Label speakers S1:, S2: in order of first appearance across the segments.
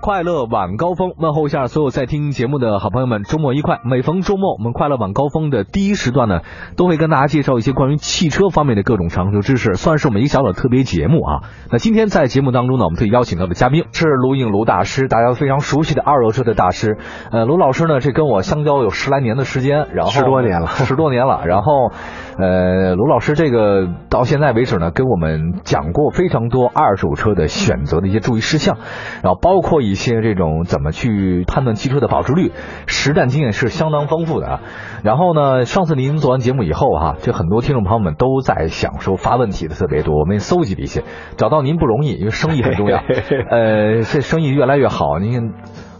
S1: 快乐晚高峰问候一下所有在听节目的好朋友们，周末愉快！每逢周末，我们快乐晚高峰的第一时段呢，都会跟大家介绍一些关于汽车方面的各种常识知识，算是我们一个小小的特别节目啊。那今天在节目当中呢，我们特意邀请到的嘉宾是卢颖卢大师，大家非常熟悉的二手车的大师。呃，卢老师呢，这跟我相交有十来年的时间，然后
S2: 十多 年了
S1: 十多年了。然后，呃，卢老师这个到现在为止呢，跟我们讲过非常多二手车的选择的一些注意事项，然后包括一些这种怎么去判断汽车的保值率，实战经验是相当丰富的啊。然后呢，上次您做完节目以后哈、这很多听众朋友们都在想说发问题的特别多，我们也搜集了一些，找到您不容易，因为生意很 重要。呃，这生意越来越好，您看，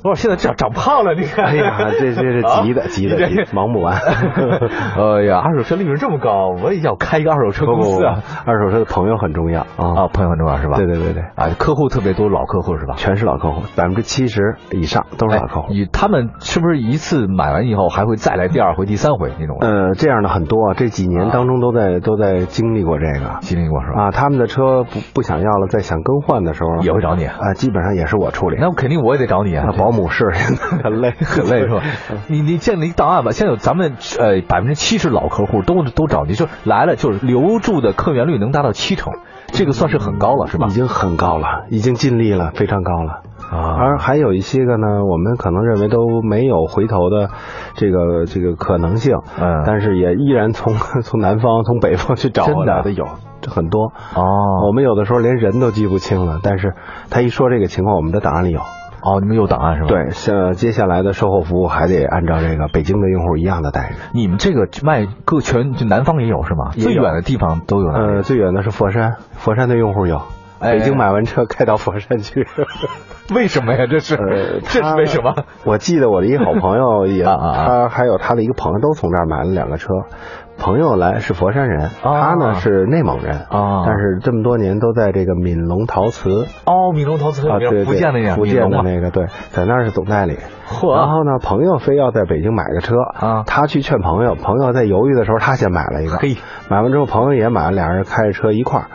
S1: 卢老师现在长长胖了，你看，
S2: 哎呀，这这是
S1: 啊
S2: 急 的，急的，急的，忙不完。
S1: 哎呀，二手车利润这么高，我也要开一个二手车
S2: 不
S1: 公
S2: 不
S1: 司
S2: 不
S1: 啊！，
S2: 二手车的朋友很重要啊。
S1: 啊，朋友很重要是吧？
S2: 对对对对，
S1: 啊，客户特别多，老客户是吧？哎啊
S2: 全是老客户，百分之七十以上都是老客户。
S1: 你他们是不是一次买完以后还会再来第二回、第三回那种？
S2: 呃，这样的很多，这几年当中都
S1: 啊
S2: 在都在经历过这个
S1: 经历过是吧？
S2: 啊。他们的车不不想要了，在想更换的时候
S1: 也会找你，
S2: 啊，基本上也是我处理。
S1: 那肯定我也得找你啊
S2: 啊，，保姆是 很累，
S1: 很累是吧？你你建立一档案吧，现在有咱们呃百分之七十老客户都都找你，就是来了就是留住的客源率能达到七成，这个算是很高了是吧
S2: 已？经很高了，已经尽力了，非常高了。
S1: 啊，
S2: 而还有一些个呢，我们可能认为都没有回头的这个这个可能性，
S1: 嗯
S2: 但是也依然从 从南方、从北方去找
S1: 真的
S2: 回来的有，这很多。
S1: 哦
S2: 我们有的时候连人都记不清了，但是他一说这个情况，我们的档案里有。
S1: 哦，你们有档案是吧？。
S2: 对，像接下来的售后服务还得按照这个北京的用户一样的待遇。
S1: 你们这个卖各全就南方也有是吗？
S2: 也有
S1: 最远的地方都有哪里。
S2: 呃，最远的是佛山，佛山的用户有，
S1: 嗯哎
S2: 北京买完车开到佛山去。
S1: 为什么呀？这是、
S2: 呃，
S1: 这是
S2: 他
S1: 为什么？？
S2: 我记得我的一个好 朋友也，
S1: 啊啊啊
S2: 他还有他的一个朋友都从这儿买了两个车。朋友来是佛山人，他呢是内蒙人
S1: 啊
S2: 但是这么多年都在这个闽龙陶瓷
S1: 哦，闽龙陶瓷
S2: 啊，
S1: 里
S2: 对
S1: 面
S2: 对，
S1: 福建那家
S2: 福
S1: 闽
S2: 建
S1: 龙
S2: 的
S1: 嘛，
S2: 那个对，在那儿是啊总代理。 然
S1: 嚯，
S2: 后呢，朋友非要在北京买个车
S1: 啊
S2: 他去劝朋友，朋友在犹豫的时候，他先买了一个，
S1: 嘿，
S2: 买完之后朋友也买了，俩人开着车一块儿。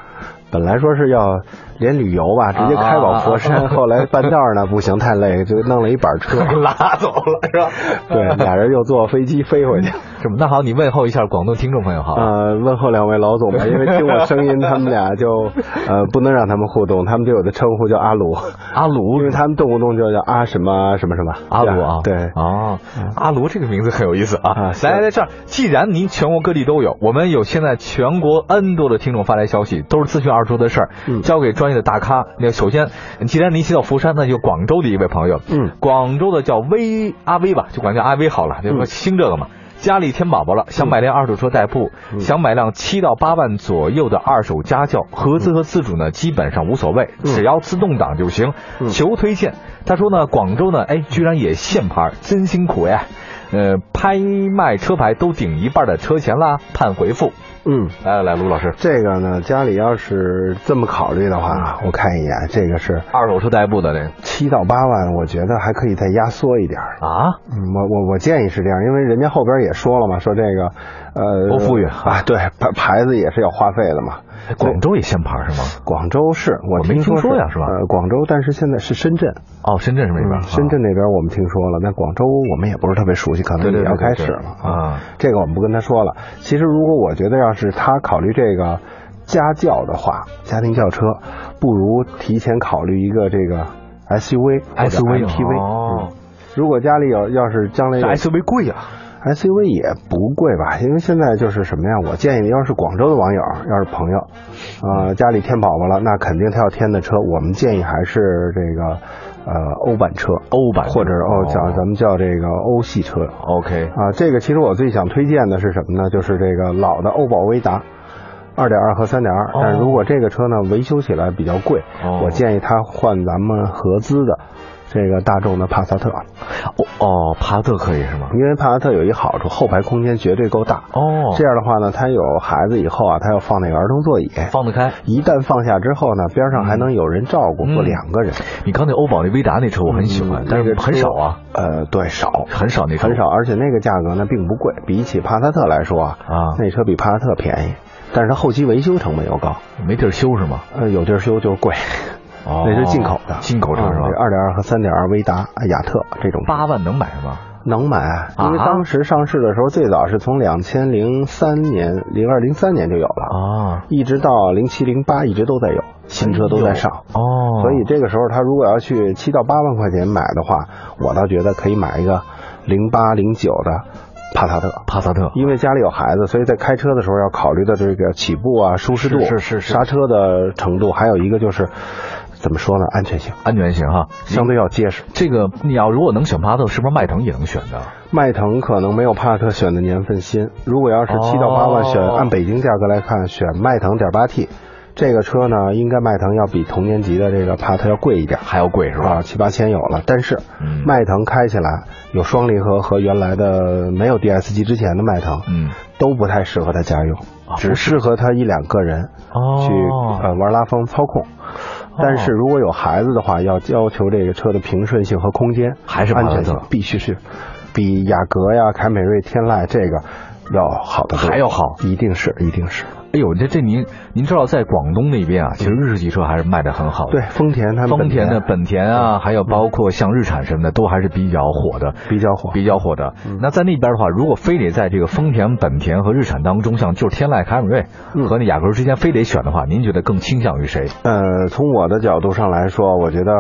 S2: 本来说是要连旅游吧，直接开往佛
S1: 啊
S2: 山， 后来半道儿呢不行，太累，就弄了一板车。
S1: 拉走了是吧？
S2: 对，俩人又坐飞机飞回去。
S1: 什么？那好，你问候一下广东听众朋友好吧。
S2: 呃，问候两位老总吧，因为听我声音，他们俩就呃不能让他们互动，他们对我的称呼叫阿鲁，
S1: 阿卢
S2: 因为他们动不动就叫阿什么什么什么
S1: 阿卢啊，
S2: 这样对。
S1: 哦，阿卢这个名字很有意思啊
S2: 啊。是
S1: 来来来，这样，既然您全国各地都有，我们有现在全国 N 多的听众发来消息，都是咨询二叔的事儿，
S2: 嗯
S1: 交给专业的大咖。那首先，既然您提到佛山，那就广州的一位朋友，
S2: 嗯，
S1: 广州的叫威阿威吧，就管叫阿威好了，就说
S2: 嗯
S1: 兴这个嘛。家里添宝宝了，想买辆二手车代步，
S2: 嗯
S1: 想买辆七到八万左右的二手家轿，合资和自主呢基本上无所谓，
S2: 嗯
S1: 只要自动挡就行。
S2: 嗯
S1: 求推荐。他说呢，广州呢，哎，居然也限牌，真辛苦呀。呃，拍卖车牌都顶一半的车钱啦，盼回复。
S2: 嗯，
S1: 来来来，卢老师，
S2: 这个呢，家里要是这么考虑的话，我看一眼，这个是
S1: 二手车代步的这个
S2: 七到八万，我觉得还可以再压缩一点儿。
S1: 啊，
S2: 嗯，我我我建议是这样，因为人家后边也说了嘛，说这个，呃，
S1: 不富裕
S2: 啊，对，牌牌子也是要花费的嘛。
S1: 广州也限牌是吗？
S2: 广州市，我
S1: 我没听
S2: 说
S1: 说呀是吧
S2: 呃，广州，但是现在是深圳，嗯
S1: 哦，深圳是不是那边？
S2: 深圳那边我们听说了，但广州我们也不是特别熟悉，可
S1: 对
S2: 能
S1: 对
S2: 也
S1: 对
S2: 要
S1: 对
S2: 开
S1: 对
S2: 始了
S1: 啊。
S2: 这个我们不跟他说了。其实如果我觉得要是他考虑这个家教的话，家庭轿车，不如提前考虑一个这个 SUV 或者
S1: SUV
S2: MPV
S1: 哦
S2: 嗯如果家里有，要是将来
S1: 这
S2: 有
S1: SUV 贵啊，
S2: SUV 也不贵吧，因为现在就是什么呀？我建议，要是广州的网友，要是朋友，呃，家里添宝宝了，那肯定他要添的车，我们建议还是这个，呃，欧版车，
S1: 欧版
S2: 或者哦，叫咱
S1: 么
S2: 们叫这个欧系车
S1: OK
S2: 啊。这个其实我最想推荐的是什么呢？就是这个老的欧宝维达。二点二和三点二，但是如果这个车呢维修起来比较贵，
S1: 哦
S2: 我建议他换咱们合资的这个大众的帕萨特。
S1: 哦哦，帕萨特可以是吗？
S2: 因为帕萨特有一好处，后排空间绝对够大。
S1: 哦，
S2: 这样的话呢，他有孩子以后啊，他要放那个儿童座椅，
S1: 放得开。
S2: 一旦放下之后呢，边上还能有人照顾，
S1: 嗯
S2: 坐两个人。
S1: 你刚才欧宝那威达那车我很喜欢，
S2: 嗯
S1: 但
S2: 那
S1: 是
S2: 个
S1: 很
S2: 车
S1: 少啊，
S2: 呃，对，少，
S1: 很少那车，
S2: 很少，而且那个价格呢并不贵，比起帕萨特来说啊，
S1: 啊，
S2: 那车比帕萨特便宜，但是它后期维修成本又高，
S1: 没地儿修是吗？
S2: 呃，有地儿修就是贵。
S1: 哦
S2: 那是进口的，嗯
S1: 进口车是吧
S2: 二点二和三点二维达、雅特这种车
S1: 八啊万能买吗？
S2: 能买，啊因为当时上市的时候，最早是从两千零三年、零二零三年就有了，
S1: 啊，
S2: 一直到零七零八一直都在有，新车都在上。
S1: 哦，
S2: 所以这个时候，他如果要去七到八万块钱买的话，我倒觉得可以买一个零八零九的帕萨特，
S1: 帕萨特
S2: 因为家里有孩子，所以在开车的时候要考虑的这个起步啊、舒适度、
S1: 是是是是
S2: 刹车的程度，还有一个就是怎么说呢，安全性
S1: 安全型哈，
S2: 相对要结实。
S1: 这个你要如果能选帕萨特，是不是迈腾也能选的？
S2: 迈腾可能没有帕萨特选的年份新，如果要是七到八万选，
S1: 哦
S2: 按北京价格来看，选迈腾点八 T 这个车呢，应该迈腾要比同年级的这个帕萨特要贵一点。
S1: 还要贵是吧？
S2: 啊，七八千有了，但是
S1: 嗯
S2: 迈腾开起来有双离合和原来的没有 DSG 之前的迈腾，
S1: 嗯，
S2: 都不太适合他家用
S1: 啊，
S2: 只适合他一两个人去
S1: 哦
S2: 呃玩拉风操控。但是如果有孩子的话，要要求这个车的平顺性和空间，
S1: 还是帕
S2: 安
S1: 萨特
S2: 全性必须是比雅阁呀、凯美瑞、天籁这个要好得多，
S1: 还要好，
S2: 一定是，一定是。
S1: 哎呦，这这您您知道，在广东那边啊，其实日系车还是卖的很好的。
S2: 对，，丰田嗯他们
S1: 丰田的
S2: 本
S1: 本田啊，还有包括像日产什么的，都还是比较火的。
S2: 比较火，
S1: 比较火的，
S2: 嗯
S1: 那在那边的话，如果非得在这个丰田、本田和日产当中，像就是天籁、凯美瑞
S2: 嗯
S1: 和那雅阁之间非得选的话，您觉得更倾向于谁？
S2: 呃，从我的角度上来说，我觉得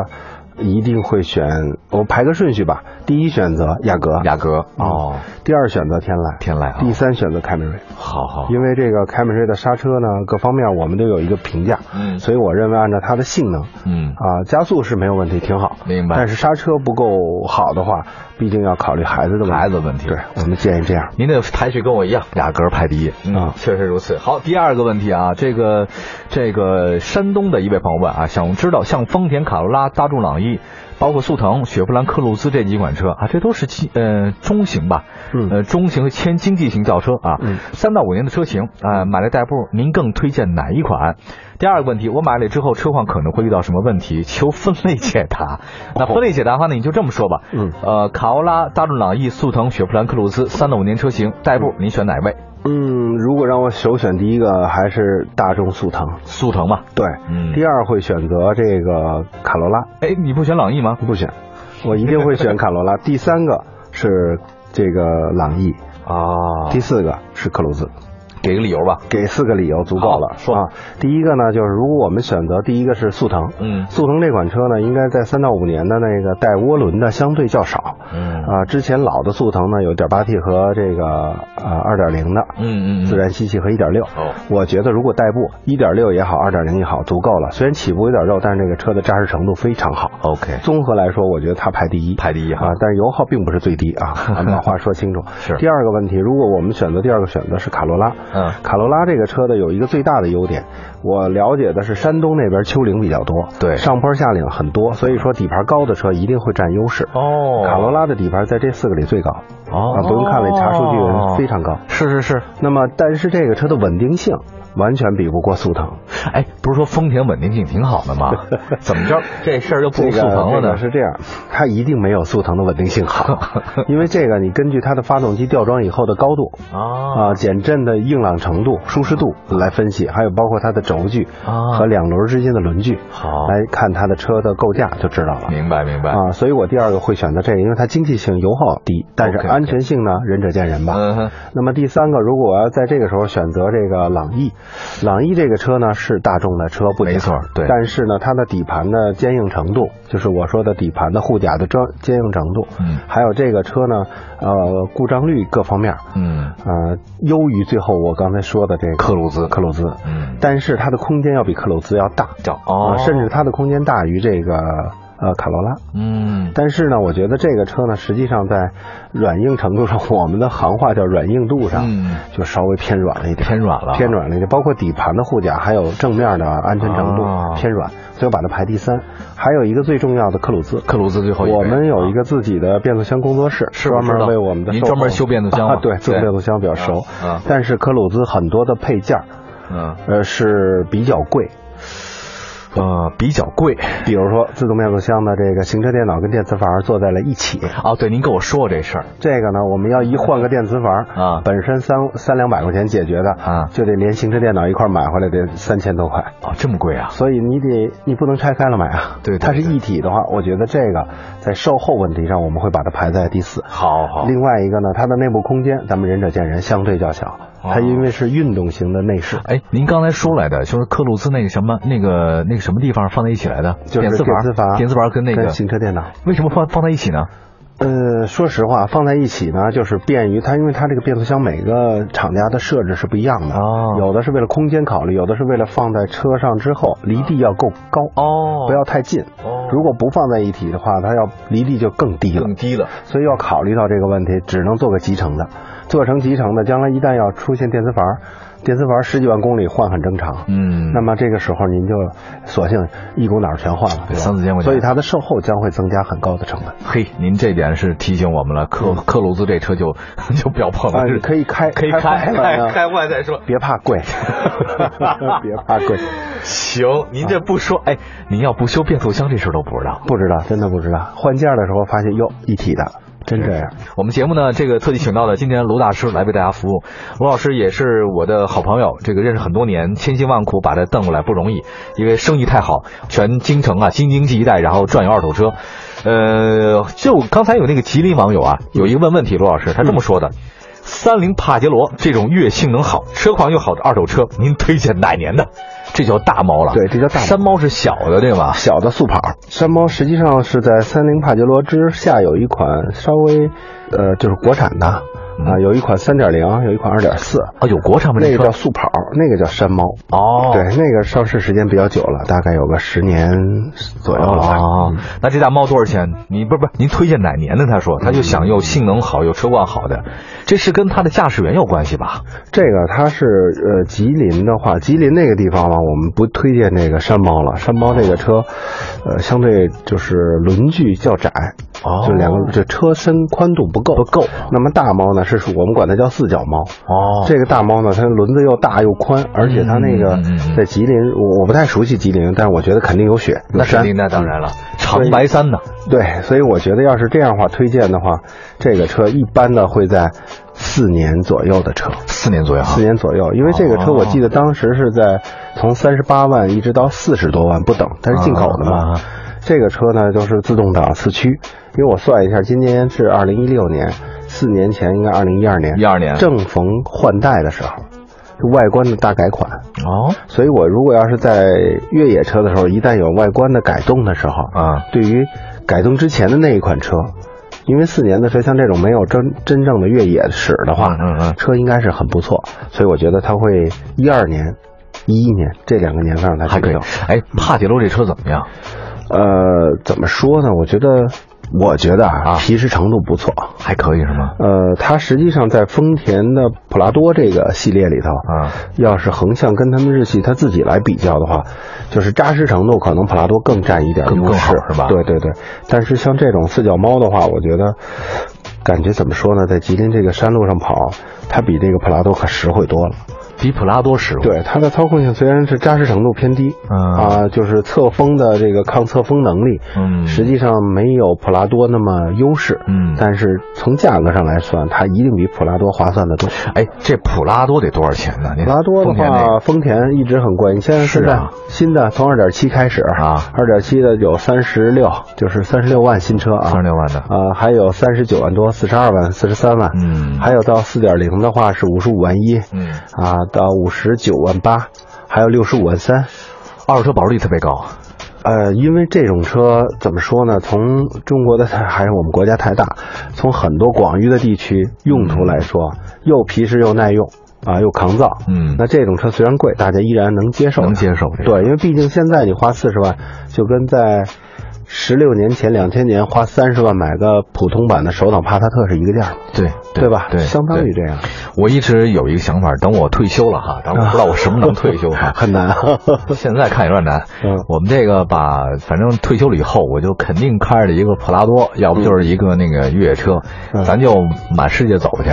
S2: 一定会选，我排个顺序吧。第一选择雅阁，
S1: 雅阁
S2: 嗯
S1: 哦，
S2: 第二选择天籁，
S1: 天籁啊
S2: 第三选择凯美瑞。
S1: 好好，
S2: 嗯因为这个凯美瑞的刹车呢，各方面我们都有一个评价，
S1: 嗯
S2: 所以我认为按照它的性能，
S1: 嗯，
S2: 啊，加速是没有问题，挺好。
S1: 明白
S2: 但是刹车不够好的话，毕竟要考虑孩子的问题。
S1: 孩子问题
S2: 对，我们建议这样。
S1: 您的排序跟我一样，雅阁排第一嗯
S2: 啊
S1: 确实如此。好，第二个问题啊，这个这个山东的一位朋友问啊，想知道像丰田卡罗拉、大众朗逸，包括速腾、雪佛兰克鲁兹这几款车啊，这都是轻呃中型吧，
S2: 嗯
S1: 呃中型偏经济型轿车啊，
S2: 嗯
S1: 三到五年的车型啊、买来代步，您更推荐哪一款？第二个问题，我买了之后车况可能会遇到什么问题？求分类解
S2: 哦
S1: 答。那分类解答的话呢，你就这么说吧，
S2: 嗯
S1: 呃，卡罗拉、大众朗逸、速腾、雪佛兰克鲁兹三到五年车型代步，您选哪位？
S2: 嗯，如果让我首选第一个还是大众速腾，
S1: 速腾嘛。
S2: 对。
S1: 嗯
S2: 第二会选择这个卡罗拉，
S1: 哎，你不选朗逸吗？
S2: 不选，我一定会选卡罗拉。 第三个是这个朗逸，
S1: 啊
S2: 第四个是克鲁兹。
S1: 给个理由吧。
S2: 给四个理由足够了。
S1: 好说
S2: 啊，第一个呢，就是如果我们选择第一个是速腾，
S1: 嗯
S2: 速腾这款车呢，应该在三到五年的那个带涡轮的相对较少。
S1: 嗯
S2: 啊，之前老的速腾呢有 1.8T 和这个呃2.0的
S1: 嗯嗯，
S2: 自然吸气和1.6。
S1: 哦
S2: 我觉得如果代步1.6也好，2.0也好，足够了。虽然起步有点肉，但是这个车的扎实程度非常好。
S1: ，OK，
S2: 综合来说，我觉得它排第一，
S1: 排第一哈
S2: 啊，但是油耗并不是最低 啊，咱们把话说清楚。
S1: 是
S2: 第二个问题，如果我们选择第二个选择是卡罗拉，
S1: 嗯
S2: 卡罗拉这个车的有一个最大的优点，我了解的是山东那边丘陵比较多，
S1: 对
S2: 上坡下岭很多，所以说底盘高的车一定会占优势。
S1: 哦
S2: 卡罗拉的底盘在这四个里最高，
S1: 哦
S2: 啊，不用看了，查数据非常高。
S1: 是是是，
S2: 那么，但是这个车的稳定性完全比不过速腾，
S1: 哎，不是说丰田稳定性挺好的 吗？怎么着，这事儿就不如
S2: 这个
S1: 速腾了
S2: 这个
S1: 呢？
S2: 是这样，它一定没有速腾的稳定性好，因为这个你根据它的发动机吊装以后的高度
S1: 啊
S2: 啊、减震的硬朗程度、舒适度来分析，还有包括它的轴距
S1: 啊
S2: 和两轮之间的轮距，
S1: 好
S2: 来看它的车的构架就知道了。
S1: 明白明白。
S2: 啊，所以我第二个会选择这个，因为它经济性、油耗低，但是
S1: OK，OK
S2: 安全性呢，仁者见仁吧。
S1: 嗯哼，
S2: 那么第三个，如果我要在这个时候选择这个朗逸，朗逸这个车呢是大众的车，不假
S1: 没错对
S2: 但是呢，它的底盘的坚硬程度，就是我说的底盘的护甲的专坚硬程度，
S1: 嗯
S2: 还有这个车呢，呃，故障率各方面，
S1: 嗯
S2: 呃，优于最后我刚才说的这个
S1: 克鲁兹
S2: 克鲁兹，
S1: 嗯，
S2: 但是它的空间要比克鲁兹要大，
S1: 叫哦
S2: 啊，甚至它的空间大于这个呃卡罗拉。
S1: 嗯
S2: 但是呢，我觉得这个车呢，实际上在软硬程度上， 我们的行话叫软硬度上，
S1: 嗯
S2: 就稍微偏软了一点，
S1: 偏软了
S2: 啊
S1: 啊
S2: 偏软了一点。包括底盘的护甲，还有正面的安全程度、
S1: 啊
S2: 偏软，所以我把它排第三。还有一个最重要的克鲁兹，
S1: 克鲁兹最后一位啊
S2: 我们有一个自己的变速箱工作室，
S1: 是我
S2: 专
S1: 知道
S2: 门为我们的
S1: 您
S2: 售后
S1: 专门修变速箱吗
S2: 啊对，做
S1: 对
S2: 变速箱比较熟
S1: 嗯嗯。
S2: 但是科鲁兹很多的配件儿，
S1: 嗯
S2: 呃是比较贵，
S1: 呃，比较贵。
S2: 比如说自动变速箱的这个行车电脑跟电磁阀坐在了一起，
S1: 哦，对，您跟我说过这事儿
S2: 这个呢，我们要一换个电磁阀
S1: 啊
S2: 本身三三两百块钱解决的
S1: 啊
S2: 就得连行车电脑一块儿买回来得三千多块。
S1: 哦，这么贵啊？
S2: 所以你得你不能拆开了买啊，
S1: 对对
S2: 它是一体的话，我觉得这个在售后问题上我们会把它排在第四。
S1: 好好，
S2: 另外一个呢，它的内部空间咱们仁者见仁，相对较小，
S1: 哦
S2: 它因为是运动型的内饰，
S1: 哎，您刚才说来的，就是克鲁兹那个什么那个那个什么地方放在一起来的，
S2: 就是
S1: 电
S2: 电磁阀
S1: 电磁阀跟那个
S2: 跟行车电脑。
S1: 为什么放放在一起呢？
S2: 呃，说实话，放在一起呢，就是便于它，因为它这个变速箱每个厂家的设置是不一样的，
S1: 哦
S2: 有的是为了空间考虑，有的是为了放在车上之后离地要够高，
S1: 哦
S2: 不要太近。
S1: 哦
S2: 如果不放在一体的话，它要离地就更低了
S1: 更。低了，
S2: 所以要考虑到这个问题，只能做个集成的。做成集成的，将来一旦要出现电磁阀，电磁阀十几万公里换很正常。
S1: 嗯
S2: 那么这个时候您就索性一股脑儿全换了，对吧
S1: 三四千块钱
S2: 所以它的售后将会增加很高的成本。
S1: 嘿，您这点是提醒我们了，克克鲁兹这车就 就不要碰
S2: 嗯啊，
S1: 了，
S2: 你可以开，
S1: 可以
S2: 开啊
S1: 开
S2: 坏
S1: 开
S2: 了呀
S1: 开坏再说。
S2: 别怕贵， 别怕贵，
S1: 行，您这不
S2: 啊
S1: 说，哎，您要不修变速箱这事儿都不知道。
S2: 不知道，真的不知道。换件儿的时候发现哟，一体的，真这样。
S1: 我们节目呢，这个特地请到了今天卢大师来为大家服务。卢老师也是我的好朋友，这个认识很多年，千辛万苦把他瞪过来不容易，因为生意太好，全京城啊、京津冀一带，然后转悠二手车。呃，就刚才有那个吉林网友啊，有一个问问题，卢老师他这么说
S2: 嗯
S1: 的：三菱帕杰罗这种越性能好、车况又好的二手车，您推荐哪年的？这叫大猫了，
S2: 对这叫大猫
S1: 山猫是小的，对吧？
S2: 小的速跑。山猫实际上是在三菱帕杰罗之下有一款稍微，呃，就是国产的啊、有一款三点零，有一款二点四，
S1: 啊，有国产吗？这
S2: 那个
S1: 车
S2: 叫速跑，那个叫山猫。
S1: 哦，
S2: 对，那个上市时间比较久了，大概有个十年左右了吧。
S1: 哦，那这大猫多少钱？你不是不是，您推荐哪年的？他说，他就想
S2: 嗯
S1: 又性能好又车况好的，这是跟他的驾驶员有关系吧？
S2: 这个它是呃，吉林的话，吉林那个地方嘛，我们不推荐这个山猫了。山猫那个车，呃，相对就是轮距较窄，
S1: 哦
S2: 就两个这车身宽度不够，
S1: 不够。啊
S2: 那么大猫呢，是属我们管它叫四脚猫。
S1: 哦
S2: 这个大猫呢，它轮子又大又宽，而且它那个
S1: 嗯嗯嗯嗯
S2: 在吉林，我我不太熟悉吉林，但是我觉得肯定有雪，有
S1: 那肯
S2: 山。嗯
S1: 定，那当然了，长白山呢？
S2: 对，所以我觉得要是这样的话推荐的话，这个车一般呢会在四年左右的车。
S1: 四年左右啊
S2: 四年左右，因为这个车我记得当时是在从三十八万一直到四十多万不等，它是进口的
S1: 啊啊
S2: 嘛
S1: 啊。
S2: 这个车呢，就是自动挡四驱，因为我算一下，今年是二零一六年，四年前应该二零一二年，
S1: 12年
S2: 正逢换代的时候，是外观的大改款。
S1: 哦
S2: 所以我如果要是在越野车的时候，一旦有外观的改动的时候，
S1: 啊，
S2: 对于改动之前的那一款车，因为四年的车像这种没有真真正的越野史的话，
S1: 嗯嗯嗯
S2: 车应该是很不错，所以我觉得它会一二年、一一年这两个年份让它
S1: 还可
S2: 启
S1: 以
S2: 动。。
S1: 哎，帕杰罗这车怎么样？
S2: 呃，怎么说呢？我觉得，我觉得啊，皮实程度不错。
S1: 还可以是吗？
S2: 呃，它实际上在丰田的普拉多这个系列里头，
S1: 啊，
S2: 要是横向跟他们日系它自己来比较的话，就是扎实程度可能普拉多更占一点
S1: 更
S2: 优势
S1: 更好，是吧
S2: 对对对。但是像这种四脚猫的话，我觉得感觉怎么说呢，在吉林这个山路上跑，它比这个普拉多可实惠多了。
S1: 比普拉多实惠。
S2: 对它的操控性虽然是扎实程度偏低，
S1: 嗯
S2: 啊，就是侧风的这个抗侧风能力，
S1: 嗯
S2: 实际上没有普拉多那么优势，
S1: 嗯
S2: 但是从价格上来算，它一定比普拉多划算的多。
S1: 哎，这普拉多得多少钱呢？您
S2: 普拉多的
S1: 丰田那个
S2: 话，丰田一直很贵。你现在
S1: 是
S2: 现在
S1: 啊
S2: 新的从二点七开始
S1: 啊
S2: 二点七的有三十六，就是三十六万新车啊，
S1: 三十六万的
S2: 呃，还有三十九万多、四十二万、四十三万，
S1: 嗯
S2: 还有到四点零的话是五十五万一，
S1: 嗯
S2: 啊，到五十九万八，还有六十五万三，
S1: 二手车保值率特别高。啊
S2: 呃，因为这种车怎么说呢？从中国的还是我们国家太大，从很多广域的地区用途来说，又皮实又耐用啊，又抗造。
S1: 嗯
S2: 那这种车虽然贵，大家依然能接受的，
S1: 能接受这个
S2: 对，因为毕竟现在你花四十万，就跟在十六年前两千年花三十万买个普通版的手挡帕萨特是一个价，
S1: 对
S2: 对吧？
S1: 对，
S2: 相当
S1: 对
S2: 于这样，。
S1: 我一直有一个想法，等我退休了哈，但我不知道我什么能退休哈
S2: 很难啊。
S1: 现在看有点难
S2: 嗯，
S1: 我们这个把，反正退休了以后，我就肯定开着一个普拉多，要不就是一个那个越野车，
S2: 嗯
S1: 咱就满世界走去。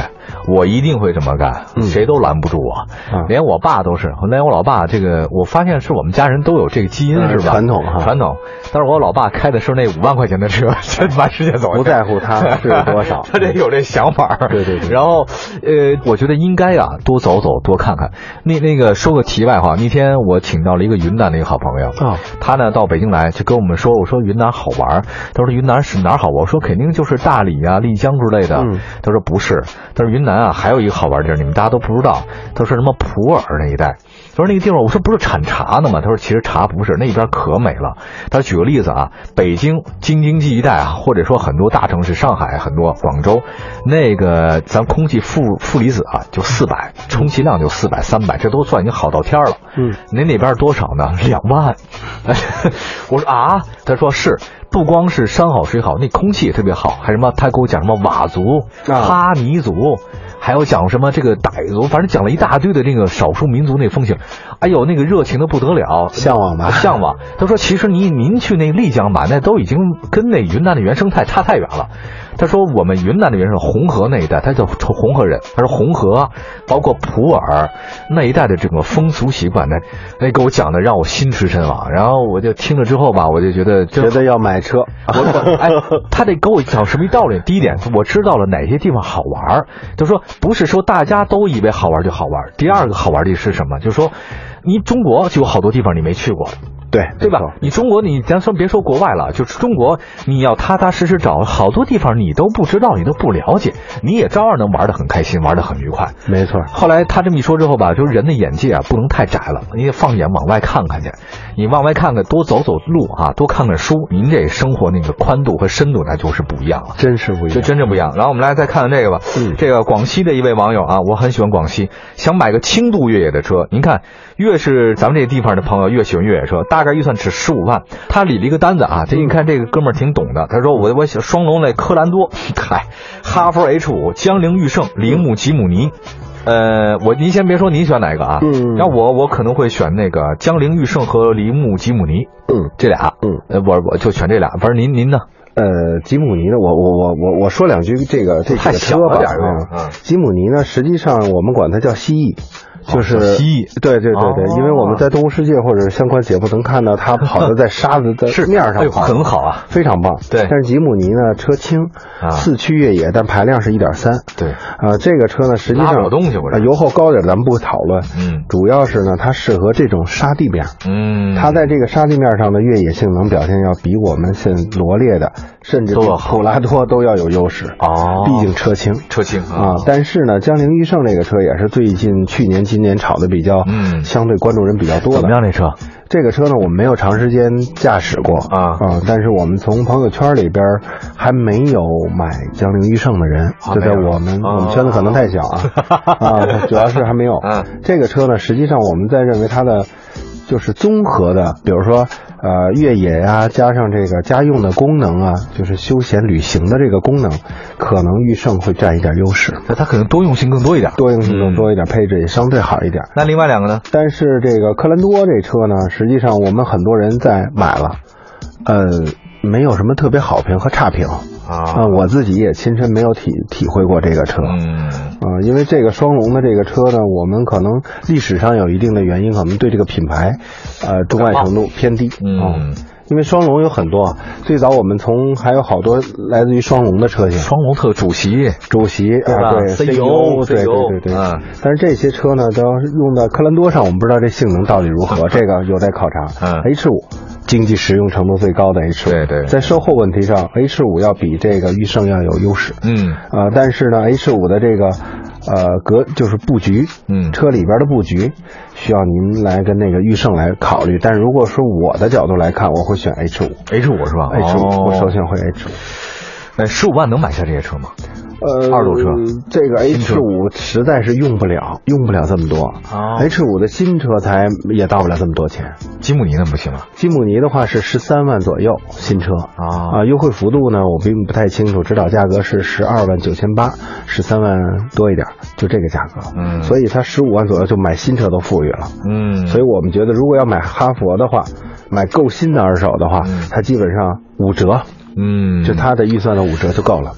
S1: 我一定会这么干，
S2: 嗯
S1: 谁都拦不住我
S2: 嗯，
S1: 连我爸都是，连我老爸这个，我发现是我们家人都有这个基因
S2: 嗯
S1: 是吧？
S2: 传统哈
S1: 传统。但是我老爸开的是那五万块钱的车，就满世界走去，
S2: 不在乎它是多少
S1: 他得有这想法儿。
S2: 对对对
S1: 然后，呃，我觉得应该啊，多走走，多看看。那那个说个题外话，那天我请到了一个云南的一个好朋友，
S2: 啊
S1: 他呢到北京来就跟我们说，我说云南好玩儿，他说云南是哪儿好玩儿？我说肯定就是大理啊、丽江之类的。
S2: 嗯
S1: 他说不是，他说云南啊还有一个好玩儿地儿，你们大家都不知道，他说什么普洱那一带。他说那个地方，我说不是产茶的吗？他说其实茶不是，那边可美了。他说举个例子啊，北京京津冀一带啊，或者说很多大城市，上海很多，广州，那个咱空气负负离子啊就四百，充其量就四百、三百，这都算已经好到天儿了。
S2: 嗯，
S1: 您那边多少呢？两万。我说啊，他说是，不光是山好水好，那空气也特别好，还什么他给我讲什么佤族、
S2: 啊
S1: 哈尼族，还有讲什么这个傣族，反正讲了一大堆的这个少数民族那风情。哎呦，那个热情的不得了，
S2: 向往吧
S1: 向 往。他说，其实您您去那丽江吧，那都已经跟那云南的原生态差太远了。他说，我们云南的原生红河那一带，他叫红河人，他说红河，包括普洱那一带的这个风俗习惯，那那给我讲的让我心驰神往。然后我就听了之后吧，我就觉得真
S2: 觉得要买车，
S1: 我哎，他得给我讲什么一道理？第一点，我知道了哪些地方好玩儿，就说不是说大家都以为好玩儿就好玩儿。第二个好玩儿的是什么？就是说，你中国就有好多地方你没去过，
S2: 对
S1: 对吧
S2: 没错？
S1: 你中国，你咱说别说国外了，就是中国，你要踏踏实实找，好多地方你都不知道，你都不了解，你也照样能玩得很开心，玩得很愉快。
S2: 没错，
S1: 后来他这么一说之后吧，就是人的眼界啊不能太窄了，你得放眼往外看看去，你往外看看，多走走路啊，多看看书，您这生活那个宽度和深度那就是不一样了。
S2: 真是不一
S1: 就
S2: 样。
S1: 真正不一样。然后我们来再看看这个吧，
S2: 嗯
S1: 这个广西的一位网友啊，我很喜欢广西，想买个轻度越野的车。您看，越是咱们这地方的朋友越喜欢越野车，大概预算只十五万。他理了一个单子
S2: 嗯
S1: 啊，这一看这个哥们儿挺懂的，他说我我想双龙那科兰多， 嗨，哈弗 H 五、江铃驭胜、铃木吉姆尼。呃，我您先别说您选哪个啊，
S2: 嗯
S1: 要我我可能会选那个江铃驭胜和铃木吉姆尼
S2: 嗯
S1: 这俩，
S2: 嗯，
S1: 呃，我我就选这俩，不是您您呢？
S2: 呃，吉姆尼呢？我我我我我说两句这个这
S1: 太
S2: 个
S1: 小
S2: 车
S1: 了
S2: 吧
S1: 点儿这个
S2: 啊
S1: 嗯。
S2: 吉姆尼呢，实际上我们管它叫蜥蜴，就
S1: 哦
S2: 是
S1: 叫蜥蜴
S2: 对对对对
S1: 哦，
S2: 因为我们在动物世界或者相关节 目能看到它跑的在沙子的
S1: 是
S2: 面儿
S1: 哎呦
S2: 上跑，
S1: 很好啊
S2: 非常棒。
S1: 对
S2: 但是吉姆尼呢，车轻
S1: 啊，
S2: 四驱越野，但排量是一点三。
S1: 对
S2: 啊，这个车呢，实际
S1: 拉不
S2: 上
S1: 了东西我这
S2: 啊油耗高点咱们不讨论，
S1: 嗯
S2: 主要是呢，它适合这种沙地面儿。
S1: 嗯，
S2: 它在这个沙地面上的越野性能表现要比我们现罗列的，甚至
S1: 都
S2: 比
S1: 要好
S2: 普拉多都要有优势。
S1: 哦嗯
S2: 毕竟车轻
S1: 车轻
S2: 啊。但是呢，江铃驭胜这个车也是最近去年、今年炒的比较，
S1: 嗯
S2: 相对关注人比较多
S1: 怎
S2: 的
S1: 么。样？这车
S2: 这个车呢，我们没有长时间驾驶过
S1: 啊
S2: 但是我们从朋友圈里边儿还没有买江铃驭胜的人，
S1: 啊
S2: 就在
S1: 没有
S2: 我们、
S1: 啊
S2: 我们圈子可能太小 啊啊，主要是还没有。
S1: 嗯
S2: 这个车呢，实际上我们在认为它的就是综合的，比如说呃越野呀、加上这个家用的功能啊，就是休闲旅行的这个功能，可能驭胜会占一点优势，
S1: 那它可能多用性更多一点。
S2: 多用性
S1: 嗯
S2: 更多一点，配置也相对好一点。
S1: 那另外两个呢？
S2: 但是这个科兰多这车呢，实际上我们很多人在买了，呃，没有什么特别好评和差评。啊、
S1: 啊，
S2: 我自己也亲身没有体体会过这个车。
S1: 嗯，
S2: 啊、因为这个双龙的这个车呢，我们可能历史上有一定的原因，可能对这个品牌，呃，钟爱程度偏低。
S1: 嗯
S2: 啊因为双龙有很多，最早我们从还有好多来自于双龙的车型，
S1: 双龙特主席，
S2: 主席
S1: 是吧 E
S2: 啊，对
S1: CEO
S2: 对对对对
S1: 嗯。
S2: 但是这些车呢，都用在科兰多上，我们不知道这性能到底如何，这个有待考察。
S1: 嗯
S2: H 五经济实用程度最高的 H 五，
S1: 对对
S2: 在售后问题上，H 五要比这个驭胜要有优势。
S1: 嗯
S2: 啊，但是呢，H 五的这个呃格就是布局，
S1: 嗯
S2: 车里边的布局需要您来跟那个驭胜来考虑。但如果说我的角度来看，我会选 H 五
S1: ，H 五是吧
S2: ，H 五我首
S1: 哦，
S2: 选会 H 五。
S1: 呃，十五万能买下这些车吗？
S2: 呃，
S1: 二手车
S2: 这个
S1: 新车
S2: H 五实在是用不了，用不了这么多。
S1: 哦
S2: H 五的新车才也到不了这么多钱。
S1: 吉姆尼那不行了
S2: 吉姆尼的话是十三万左右新车
S1: 啊，
S2: 啊，优惠幅度呢我并不太清楚，指导价格是十二万九千八，十三万多一点，就这个价格。
S1: 嗯
S2: 所以它十五万左右就买新车都富裕了。
S1: 嗯，
S2: 所以我们觉得，如果要买哈佛的话，买够新的二手的话
S1: 嗯，
S2: 它基本上五折，
S1: 嗯，
S2: 就它的预算的五折就够了。